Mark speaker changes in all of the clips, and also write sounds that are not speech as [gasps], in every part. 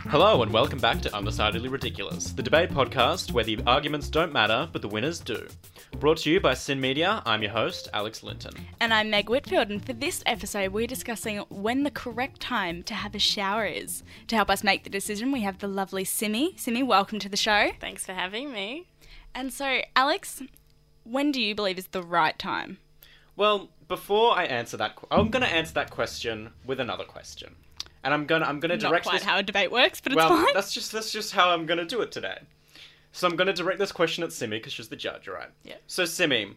Speaker 1: Hello, and welcome back to Undecidedly Ridiculous, the debate podcast where the arguments don't matter, but the winners do. Brought to you by Sin Media, I'm your host, Alex Linton.
Speaker 2: And I'm Meg Whitfield, and for this episode, we're discussing when the correct time to have a shower is. To help us make the decision, we have the lovely Simi. Simi, welcome to the show.
Speaker 3: Thanks for having me.
Speaker 2: And so, Alex, when do you believe is the right time?
Speaker 1: Well, before I answer that, qu- I'm going to answer that question with another question, and I'm gonna I'm gonna
Speaker 2: Not
Speaker 1: direct
Speaker 2: quite
Speaker 1: this.
Speaker 2: how a debate works, but it's
Speaker 1: well,
Speaker 2: fine.
Speaker 1: that's just that's just how I'm going to do it today. So I'm going to direct this question at Simi because she's the judge, right?
Speaker 3: Yeah.
Speaker 1: So Simi,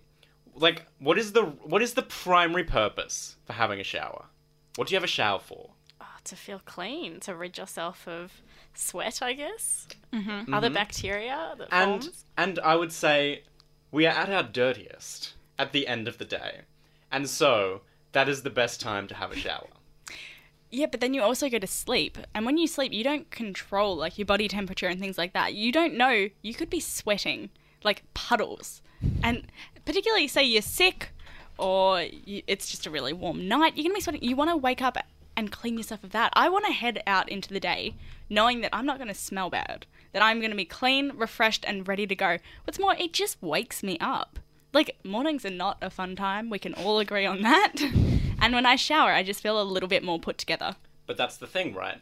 Speaker 1: like, what is the what is the primary purpose for having a shower? What do you have a shower for?
Speaker 3: Oh, to feel clean, to rid yourself of sweat, I guess. Mm-hmm. Other bacteria that
Speaker 1: and
Speaker 3: forms.
Speaker 1: and I would say we are at our dirtiest at the end of the day, and so that is the best time to have a shower.
Speaker 2: Yeah, but then you also go to sleep. And when you sleep, you don't control like your body temperature and things like that. You don't know. You could be sweating like puddles. And particularly say you're sick or you, it's just a really warm night, you're going to be sweating. You want to wake up and clean yourself of that. I want to head out into the day knowing that I'm not going to smell bad, that I'm going to be clean, refreshed and ready to go. What's more, it just wakes me up. Like mornings are not a fun time. We can all agree on that. [laughs] And when I shower, I just feel a little bit more put together.
Speaker 1: But that's the thing, right?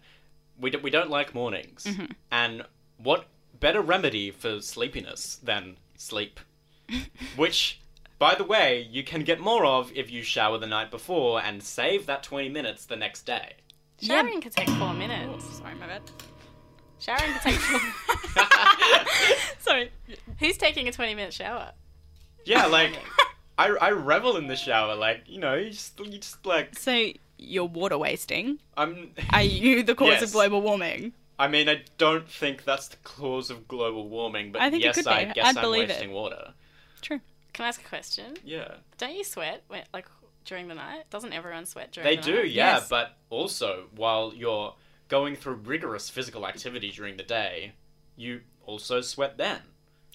Speaker 1: We d- we don't like mornings, and what better remedy for sleepiness than sleep, which. By the way, you can get more of if you shower the night before and save that 20 minutes the next day.
Speaker 2: yeah.
Speaker 3: Showering can take four minutes.
Speaker 2: Sorry, my bad. [laughs]
Speaker 3: Showering can take four
Speaker 1: [laughs]
Speaker 2: Sorry.
Speaker 3: Who's taking a 20 minute shower?
Speaker 1: Yeah, like, I, I revel in the shower. Like, you know, you just, you just like,
Speaker 2: So you're water wasting.
Speaker 1: I'm.
Speaker 2: Are you the cause
Speaker 1: Yes.
Speaker 2: of global warming?
Speaker 1: I mean, I don't think that's the cause of global warming, but
Speaker 2: I think it
Speaker 1: yes,
Speaker 2: could
Speaker 1: I
Speaker 2: be.
Speaker 1: guess
Speaker 2: I'd
Speaker 1: am
Speaker 2: believe it.
Speaker 1: wasting water.
Speaker 2: True.
Speaker 3: Can I ask a question?
Speaker 1: Yeah.
Speaker 3: Don't you sweat when, like during the night? Doesn't everyone sweat during
Speaker 1: They
Speaker 3: the
Speaker 1: do,
Speaker 3: night?
Speaker 1: yeah,
Speaker 2: Yes.
Speaker 1: but also while you're going through rigorous physical activity during the day, you also sweat then.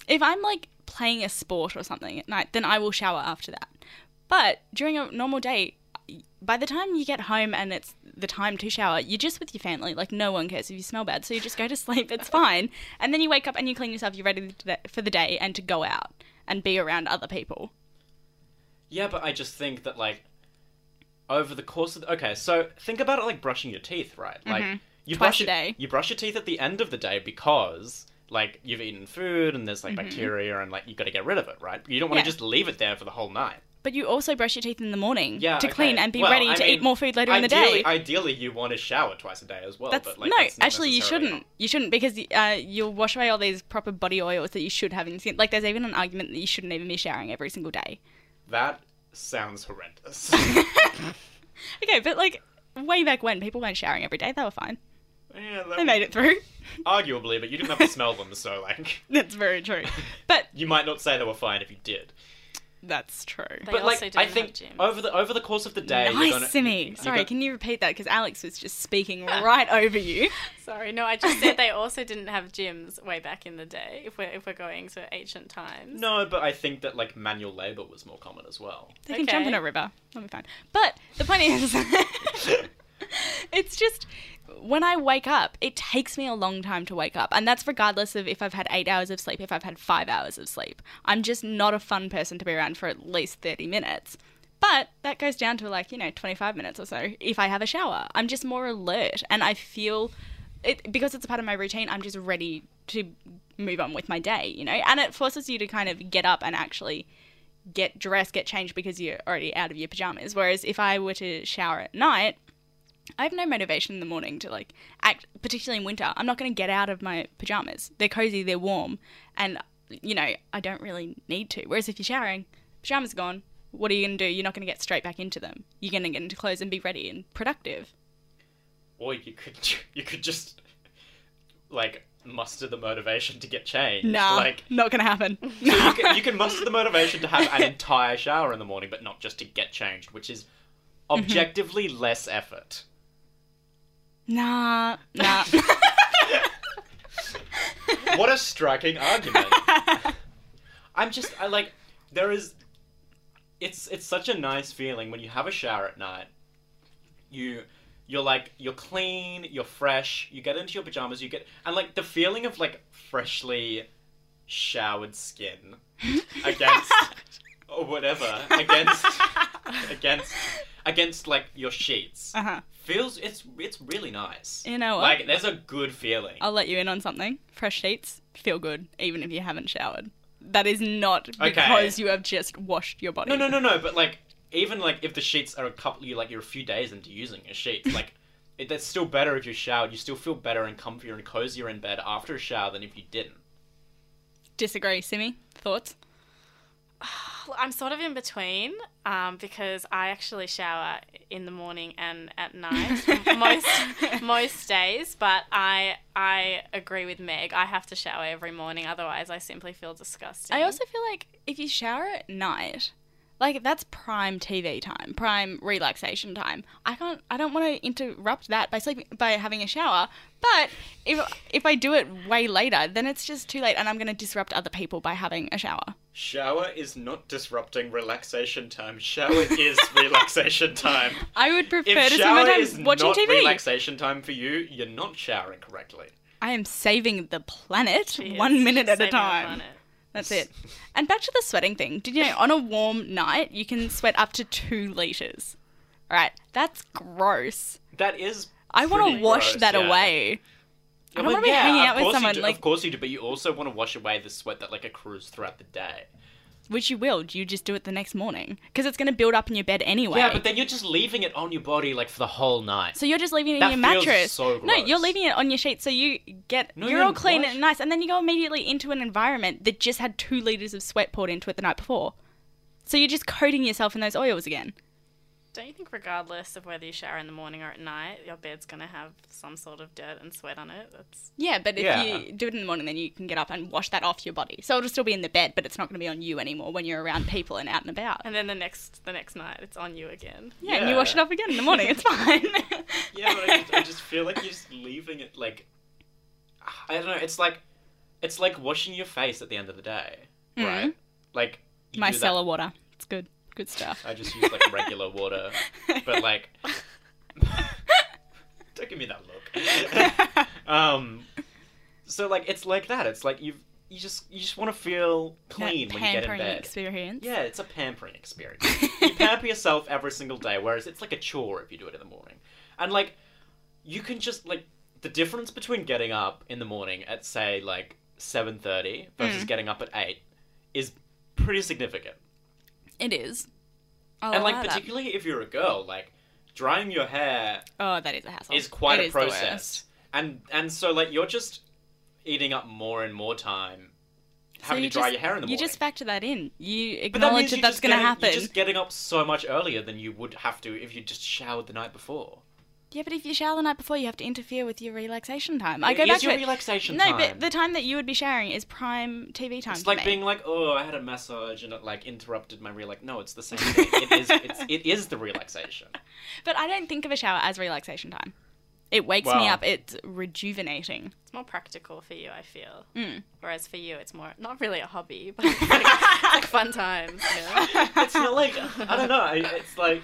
Speaker 2: If I'm like playing a sport or something at night, then I will shower after that. But during a normal day, by the time you get home and it's the time to shower, you're just with your family. Like no one cares if you smell bad, so you just go to [laughs] sleep. It's fine. And then you wake up and you clean yourself. You're ready to- for the day and to go out and be around other people.
Speaker 1: Yeah, but I just think that like over the course of okay, so think about it like brushing your teeth, right? Like you
Speaker 2: Mm-hmm. Twice
Speaker 1: brush
Speaker 2: a
Speaker 1: your-
Speaker 2: day.
Speaker 1: You brush your teeth at the end of the day because like you've eaten food and there's like bacteria and like you got to get rid of it, right? You don't want
Speaker 2: Mm-hmm. Yeah.
Speaker 1: to just leave it there for the whole night.
Speaker 2: But you also brush your teeth in the morning
Speaker 1: Yeah,
Speaker 2: to
Speaker 1: okay.
Speaker 2: clean and be
Speaker 1: Well,
Speaker 2: ready
Speaker 1: I
Speaker 2: to
Speaker 1: mean,
Speaker 2: eat more food later in the
Speaker 1: ideally-
Speaker 2: day.
Speaker 1: Ideally, you want to shower twice a day as well.
Speaker 2: that's
Speaker 1: but like,
Speaker 2: no,
Speaker 1: that's not
Speaker 2: actually, you
Speaker 1: necessarily-
Speaker 2: shouldn't. You shouldn't because uh, you'll wash away all these proper body oils that you should have in your skin. Like, there's even an argument that you shouldn't even be showering every single day.
Speaker 1: That sounds
Speaker 2: [laughs]
Speaker 1: horrendous. [laughs]
Speaker 2: Okay, but like way back when, people weren't showering every day. They were fine.
Speaker 1: yeah,
Speaker 2: They made it through. [laughs]
Speaker 1: Arguably, but you didn't have to smell them, so like,
Speaker 2: that's very true. But
Speaker 1: you might not say they were fine if you did.
Speaker 2: that's true.
Speaker 3: They
Speaker 1: But like,
Speaker 3: also didn't
Speaker 1: I think
Speaker 3: have gyms.
Speaker 1: over the over the course of the day,
Speaker 2: Nice,
Speaker 1: you're gonna,
Speaker 2: Simi.
Speaker 1: you're
Speaker 2: Sorry,
Speaker 1: gonna-
Speaker 2: can you repeat that? Because Alex was just speaking right over you.
Speaker 3: Sorry, no, I just said they also didn't have gyms way back in the day. If we're if we're going to ancient times.
Speaker 1: No, but I think that like manual labor was more common as well.
Speaker 2: They can jump in
Speaker 3: Okay.
Speaker 2: a river. That'll be fine. But the point is, [laughs] it's just when I wake up, it takes me a long time to wake up. And that's regardless of if I've had eight hours of sleep, if I've had five hours of sleep. I'm just not a fun person to be around for at least 30 minutes. But that goes down to like, you know, 25 minutes or so if I have a shower. I'm just more alert and I feel it because it's a part of my routine, I'm just ready to move on with my day, you know? And it forces you to kind of get up and actually get dressed, get changed because you're already out of your pajamas. Whereas if I were to shower at night, I have no motivation in the morning to like act, particularly in winter. I'm not going to get out of my pajamas. They're cozy, they're warm, and you know, I don't really need to. Whereas if you're showering, pajamas are gone. What are you going to do? You're not going to get straight back into them. You're going to get into clothes and be ready and productive.
Speaker 1: Or you could [laughs] you could just like muster the motivation to get changed.
Speaker 2: Nah,
Speaker 1: Like
Speaker 2: not going to happen.
Speaker 1: [laughs] you can, you can muster the motivation to have an entire shower in the morning, but not just to get changed, which is objectively less effort.
Speaker 2: [laughs] nah, nah. [laughs]
Speaker 1: What a striking argument.
Speaker 2: [laughs]
Speaker 1: I'm just, I like, there is, it's it's such a nice feeling when you have a shower at night. You You're like you're clean, you're fresh. You get into your pajamas, you get and like the feeling of like freshly showered
Speaker 2: [laughs]
Speaker 1: skin against or whatever against against against like your sheets
Speaker 2: Uh huh.
Speaker 1: feels it's it's really nice.
Speaker 2: You know what?
Speaker 1: like there's a good feeling.
Speaker 2: I'll let you in on something. Fresh sheets feel good, even if you haven't showered. That is not
Speaker 1: Okay.
Speaker 2: because you have just washed your body.
Speaker 1: No, no, no, no. But like, even like if the sheets are a couple, you like you're a few days into using a [laughs] sheet, like it, that's still better if you showered. You still feel better and comfier and cozier in bed after a shower than if you didn't.
Speaker 2: Disagree, Simi? Thoughts?
Speaker 3: I'm sort of in between um, because I actually shower in the morning and
Speaker 2: [laughs]
Speaker 3: at night most most days. But I I agree with Meg. I have to shower every morning, otherwise I simply feel disgusting.
Speaker 2: I also feel like if you shower at night, like that's prime TV time, prime relaxation time. I can't, I don't want to interrupt that by sleeping, by having a shower. But if if I do it way later, then it's just too late, and I'm going to disrupt other people by having a shower.
Speaker 1: Shower is not disrupting relaxation time. Shower [laughs] is relaxation time.
Speaker 2: I would prefer
Speaker 1: If
Speaker 2: to spend my
Speaker 1: shower
Speaker 2: time
Speaker 1: is
Speaker 2: watching
Speaker 1: not
Speaker 2: TV.
Speaker 1: relaxation time for you, you're not showering correctly.
Speaker 2: I am saving the planet
Speaker 3: She is
Speaker 2: one minute at a
Speaker 3: saving the
Speaker 2: time.
Speaker 3: planet.
Speaker 2: That's it. And back to the sweating thing. Did you know on a warm night you can sweat up to two liters? All right, that's gross.
Speaker 1: That is.
Speaker 2: I want to
Speaker 1: pretty
Speaker 2: wash
Speaker 1: gross,
Speaker 2: that
Speaker 1: yeah.
Speaker 2: away. I
Speaker 1: Yeah,
Speaker 2: don't
Speaker 1: well,
Speaker 2: want to
Speaker 1: yeah,
Speaker 2: be hanging
Speaker 1: of
Speaker 2: out with
Speaker 1: course you
Speaker 2: someone
Speaker 1: do-
Speaker 2: like
Speaker 1: Of course you do, but you also want to wash away the sweat that like accrues throughout the day.
Speaker 2: which you will. You just do it the next morning because it's going to build up in your bed anyway.
Speaker 1: Yeah, but then you're just leaving it on your body like for the whole night.
Speaker 2: so you're just leaving it
Speaker 1: That
Speaker 2: in your
Speaker 1: feels
Speaker 2: mattress.
Speaker 1: so
Speaker 2: No, you're
Speaker 1: gross.
Speaker 2: leaving it on your sheet so you get
Speaker 1: No,
Speaker 2: you're
Speaker 1: you're
Speaker 2: all clean
Speaker 1: not.
Speaker 2: and nice, and then you go immediately into an environment that just had two liters of sweat poured into it the night before. So you're just coating yourself in those oils again.
Speaker 3: Don't you think, regardless of whether you shower in the morning or at night, your bed's gonna have some sort of dirt and sweat on it? That's
Speaker 2: Yeah, but if
Speaker 1: Yeah.
Speaker 2: you do it in the morning, then you can get up and wash that off your body. So it'll still be in the bed, but it's not going to be on you anymore when you're around people and out and about.
Speaker 3: and then the next the next night, it's on you again.
Speaker 2: Yeah, and you wash it
Speaker 1: Yeah.
Speaker 2: off again in the morning. It's fine.
Speaker 1: [laughs] Yeah, but I just, I just feel like you're just leaving it like I don't know. It's like it's like washing your face at the end of the day,
Speaker 2: Hmm.
Speaker 1: right? Like you do that-
Speaker 2: Micellar water. It's good.
Speaker 1: [laughs]
Speaker 2: Good stuff.
Speaker 1: I just use like regular water, but
Speaker 2: [laughs]
Speaker 1: like don't give me that look. um, so like it's like that. It's like you have you just you just want to feel
Speaker 2: That
Speaker 1: clean when you get in
Speaker 2: pampering
Speaker 1: bed.
Speaker 2: experience.
Speaker 1: Yeah, it's a pampering
Speaker 2: [laughs]
Speaker 1: experience. you pamper yourself every single day, whereas it's like a chore if you do it in the morning. And like, you can just like the difference between getting up in the morning at say like seven thirty
Speaker 2: Mm.
Speaker 1: versus getting up at eight is pretty significant.
Speaker 2: It is. I'll
Speaker 1: and like
Speaker 2: allow that.
Speaker 1: particularly if you're a girl, like drying your hair
Speaker 2: Oh, that is a hassle.
Speaker 1: is quite
Speaker 2: It
Speaker 1: a
Speaker 2: is the worst.
Speaker 1: process. And and so like you're just eating up more and more time
Speaker 2: So
Speaker 1: having
Speaker 2: you
Speaker 1: to dry
Speaker 2: just-
Speaker 1: your hair in the morning.
Speaker 2: You just factor that in. You
Speaker 1: But that
Speaker 2: acknowledge
Speaker 1: means
Speaker 2: that,
Speaker 1: you're
Speaker 2: that's
Speaker 1: just
Speaker 2: going to
Speaker 1: getting-
Speaker 2: happen.
Speaker 1: You're just getting up so much earlier than you would have to if you just showered the night before.
Speaker 2: Yeah, but if you shower the night before, you have to interfere with your relaxation time. I
Speaker 1: It
Speaker 2: go
Speaker 1: is
Speaker 2: back
Speaker 1: your
Speaker 2: to it.
Speaker 1: relaxation
Speaker 2: no,
Speaker 1: time.
Speaker 2: but the time that you would be showering is prime TV time.
Speaker 1: It's
Speaker 2: for
Speaker 1: like
Speaker 2: me.
Speaker 1: being like, oh, I had a massage and it like interrupted my relax. No, it's the same thing. it is. It's, it is the relaxation.
Speaker 2: But I don't think of a shower as relaxation time. It wakes me
Speaker 1: Wow.
Speaker 2: up. It's
Speaker 1: [laughs]
Speaker 2: rejuvenating.
Speaker 3: It's more practical for you, I feel.
Speaker 2: Mm.
Speaker 3: Whereas for you, it's more not really a hobby, [laughs] but it's like, it's like fun times. You know?
Speaker 1: It's
Speaker 2: [laughs]
Speaker 1: not like I don't know. I- It's like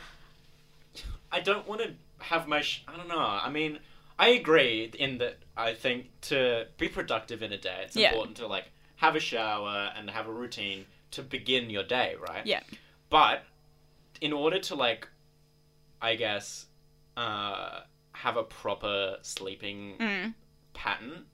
Speaker 1: I don't want to have my. Sh- I don't know. I mean, I agree in that. I think to be productive in a day, it's
Speaker 2: Yeah.
Speaker 1: important to like have a shower and have a routine to begin your day, right?
Speaker 2: Yeah.
Speaker 1: but in order to like i guess uh have a proper sleeping
Speaker 2: Mm.
Speaker 1: pattern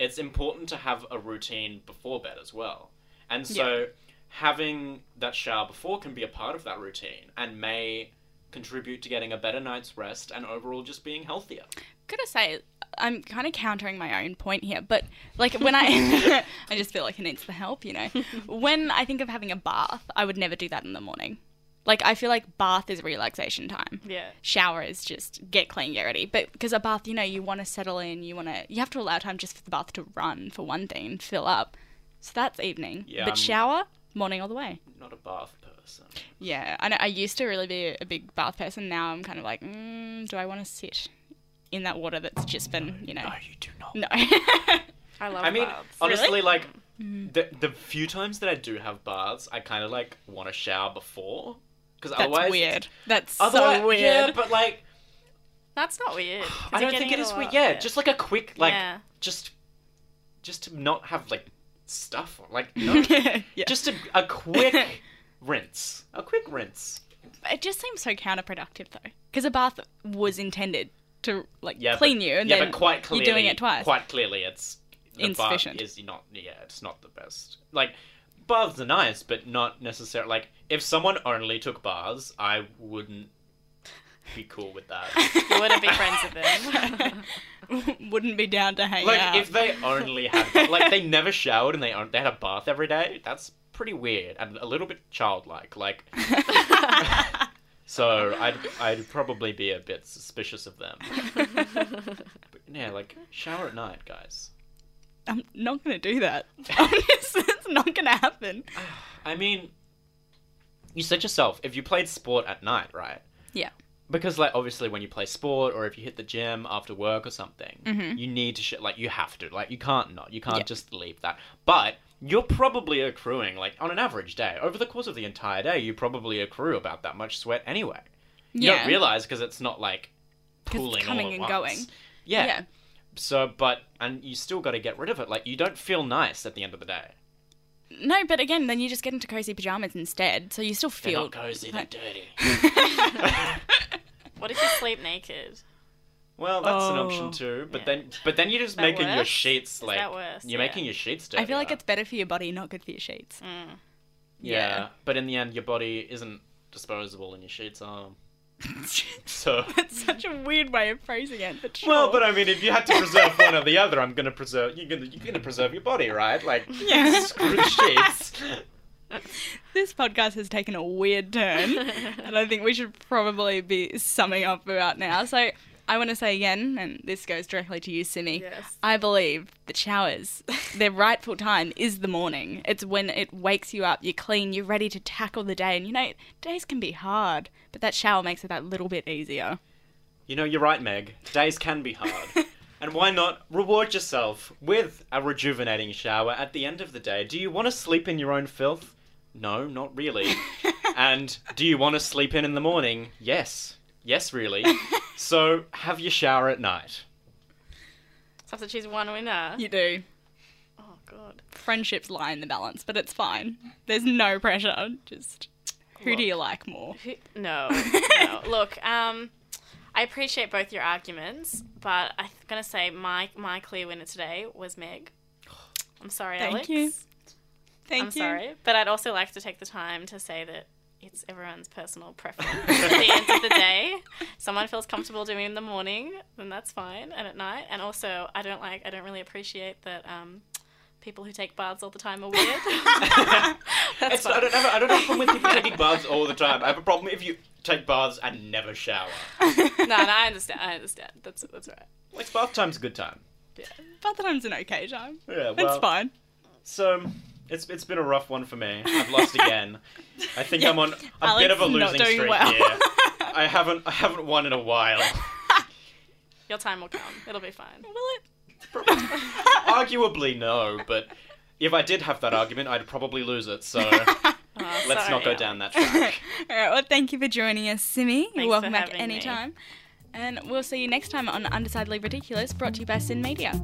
Speaker 1: it's important to have a routine before bed as well and so having that shower before can be a part of that routine and may contribute to getting a better night's rest and overall just being healthier
Speaker 2: Gotta say, I'm kind of countering my own point here, but like when I, [laughs] I just feel like it needs the
Speaker 1: [laughs]
Speaker 2: help, you know. When I think of having a bath, I would never do that in the morning. Like I feel like bath is relaxation time.
Speaker 3: Yeah.
Speaker 2: shower is just get clean, get ready. But because a bath, you know, you want to settle in, you want to, you have to allow time just for the bath to run for one thing and fill up. So that's evening.
Speaker 1: Yeah, um,
Speaker 2: but
Speaker 1: I'm-
Speaker 2: shower, morning all the way.
Speaker 1: not a bath person
Speaker 2: Yeah, I know. I used to really be a big bath person. Now I'm kind of like, mm, do I want to sit in that water that's just been, you know,
Speaker 1: you do not
Speaker 2: no. [laughs]
Speaker 3: I love
Speaker 1: I mean,
Speaker 3: baths.
Speaker 1: honestly,
Speaker 2: Really? Hmm.
Speaker 1: like the the few times that I do have baths, I kind of like want to shower before because
Speaker 2: that's
Speaker 1: otherwise,
Speaker 2: weird. That's
Speaker 1: Otherwise,
Speaker 2: so weird.
Speaker 1: yeah, but like
Speaker 3: That's not weird. 'cause
Speaker 1: [sighs] I
Speaker 3: you're
Speaker 1: don't think
Speaker 3: getting
Speaker 1: it is
Speaker 3: a
Speaker 1: weird.
Speaker 3: lot.
Speaker 1: Yeah, just like a quick like
Speaker 3: Yeah.
Speaker 1: just just to not have like stuff or
Speaker 2: [laughs]
Speaker 1: like no,
Speaker 2: yeah.
Speaker 1: just a, a quick
Speaker 2: [laughs]
Speaker 1: rinse. A quick rinse.
Speaker 2: it just seems so counterproductive though, because a bath was intended to like
Speaker 1: Yeah. but-
Speaker 2: clean you, and
Speaker 1: yeah,
Speaker 2: then
Speaker 1: but quite clearly,
Speaker 2: you're doing it twice.
Speaker 1: Quite clearly, it's the
Speaker 2: Insufficient.
Speaker 1: Bath is not yeah, it's not the best. Like baths are nice, but not necessarily. Like if someone only took baths, I wouldn't be cool with
Speaker 2: [laughs]
Speaker 1: that.
Speaker 3: You wouldn't be friends with
Speaker 1: [laughs]
Speaker 3: them.
Speaker 2: Wouldn't be down to hang
Speaker 1: like
Speaker 2: out.
Speaker 1: if they only had like they never showered and they on- they had a bath every day. That's pretty weird and a little bit childlike. Like so, I'd I'd probably be a bit suspicious of
Speaker 2: [laughs]
Speaker 1: them. But yeah, like shower at night, guys.
Speaker 2: [laughs] I'm not gonna do that. [laughs] Honestly, it's not gonna happen.
Speaker 1: I mean, you said yourself, if you played sport at night, right?
Speaker 2: Yeah.
Speaker 1: Because, like, obviously, when you play sport or if you hit the gym after work or something, you need to, sh- like, you have to. Like, you can't not. You can't
Speaker 2: Mm-hmm. Yeah.
Speaker 1: just leave that. But you're probably accruing, like, on an average day, over the course of the entire day, you probably accrue about that much sweat anyway. You
Speaker 2: yeah.
Speaker 1: don't realize because it's not, like,
Speaker 2: 'Cause it's
Speaker 1: pooling all
Speaker 2: coming
Speaker 1: at
Speaker 2: and
Speaker 1: once.
Speaker 2: going.
Speaker 1: Yeah. yeah. So, but, and you still got to get rid of it. Like, you don't feel nice at the end of the day.
Speaker 2: No, but again, then you just get into cozy pajamas instead, so you still
Speaker 1: They're
Speaker 2: feel
Speaker 1: not cozy, they're
Speaker 2: like-
Speaker 1: dirty.
Speaker 3: what if you sleep naked?
Speaker 1: Well, that's an
Speaker 2: Oh.
Speaker 1: option too, but
Speaker 3: Yeah.
Speaker 1: then but then you're just
Speaker 3: that
Speaker 1: making your
Speaker 3: worse?
Speaker 1: sheets
Speaker 3: Is
Speaker 1: like
Speaker 3: that worse?
Speaker 1: you're
Speaker 3: Yeah.
Speaker 1: making your sheets dirty.
Speaker 2: I feel like it's better for your body, not good for your sheets.
Speaker 3: Mm.
Speaker 1: yeah.
Speaker 2: yeah.
Speaker 1: but in the end, your body isn't disposable and your sheets are. [laughs] So
Speaker 2: [laughs] That's such a weird way of phrasing it, but sure.
Speaker 1: well, but I mean, if you had to preserve one or the other, I'm gonna preserve. You're gonna you're gonna preserve your body, right? Like
Speaker 2: Yeah.
Speaker 1: screw the sheets.
Speaker 2: [laughs] this podcast has taken a weird
Speaker 3: [laughs]
Speaker 2: turn, and I think we should probably be summing up about now. So I want to say again, and this goes directly to you, Simi.
Speaker 3: Yes.
Speaker 2: I believe that showers, [laughs] their rightful time is the morning. It's when it wakes you up, you're clean, you're ready to tackle the day. And you know, days can be hard, but that shower makes it that little bit easier.
Speaker 1: You know, you're right, Meg. Days can be
Speaker 3: [laughs]
Speaker 1: hard. And why not reward yourself with a rejuvenating shower at the end of the day? Do you want to sleep in your own filth? No, not
Speaker 3: [laughs]
Speaker 1: really. and do you want to sleep in in the morning? Yes. Yes,
Speaker 3: [laughs]
Speaker 1: really. so have your shower at night.
Speaker 3: So I have to choose one winner.
Speaker 2: You do.
Speaker 3: Oh god.
Speaker 2: Friendships lie in the balance, but it's fine. There's no pressure. Just who do you like more?
Speaker 3: Who-
Speaker 1: [laughs]
Speaker 3: No. no. Look, um, I appreciate both your arguments, but I'm gonna say my my clear winner today was Meg.
Speaker 1: [gasps]
Speaker 3: I'm sorry,
Speaker 2: Thank
Speaker 3: Alex.
Speaker 2: you. Thank
Speaker 3: I'm
Speaker 2: you.
Speaker 3: sorry, but I'd also like to take the time to say that it's everyone's personal
Speaker 2: [laughs]
Speaker 3: preference. At the end of the day, someone feels comfortable doing it in the morning, then that's fine, and at night. And also, I don't like, I don't really appreciate that um, people who take baths all the time
Speaker 2: [laughs]
Speaker 3: are weird. that's
Speaker 1: It's, I,
Speaker 3: fine.
Speaker 1: don't have, I don't have a problem with
Speaker 3: [laughs]
Speaker 1: people taking baths all the time. I have a problem if you take baths and never shower.
Speaker 2: [laughs]
Speaker 3: No, no, I understand. I understand. That's that's right.
Speaker 1: Like, bath time's a good time.
Speaker 2: Bath time's an okay time.
Speaker 1: Yeah, well,
Speaker 2: it's fine.
Speaker 1: So it's it's been a rough one for me. I've
Speaker 2: [laughs]
Speaker 1: lost again. I think I'm on a
Speaker 2: Alex
Speaker 1: bit of a
Speaker 2: is
Speaker 1: losing
Speaker 2: not doing
Speaker 1: streak
Speaker 2: well.
Speaker 1: here. I haven't I haven't won in a while.
Speaker 3: Your time will come. It'll be
Speaker 2: [laughs]
Speaker 3: fine.
Speaker 2: Will it? [laughs]
Speaker 1: Arguably no, but if I did have that argument, I'd probably lose it.
Speaker 2: [laughs]
Speaker 1: So
Speaker 3: Oh,
Speaker 1: let's
Speaker 3: sorry,
Speaker 1: not go
Speaker 3: Alex.
Speaker 1: down that
Speaker 2: All
Speaker 1: track.
Speaker 2: right. Well, thank you for joining us, Simi. You're
Speaker 3: for
Speaker 2: welcome back
Speaker 3: having me.
Speaker 2: anytime. And we'll see you next time on Undecidedly Ridiculous, brought to you by Sin Media.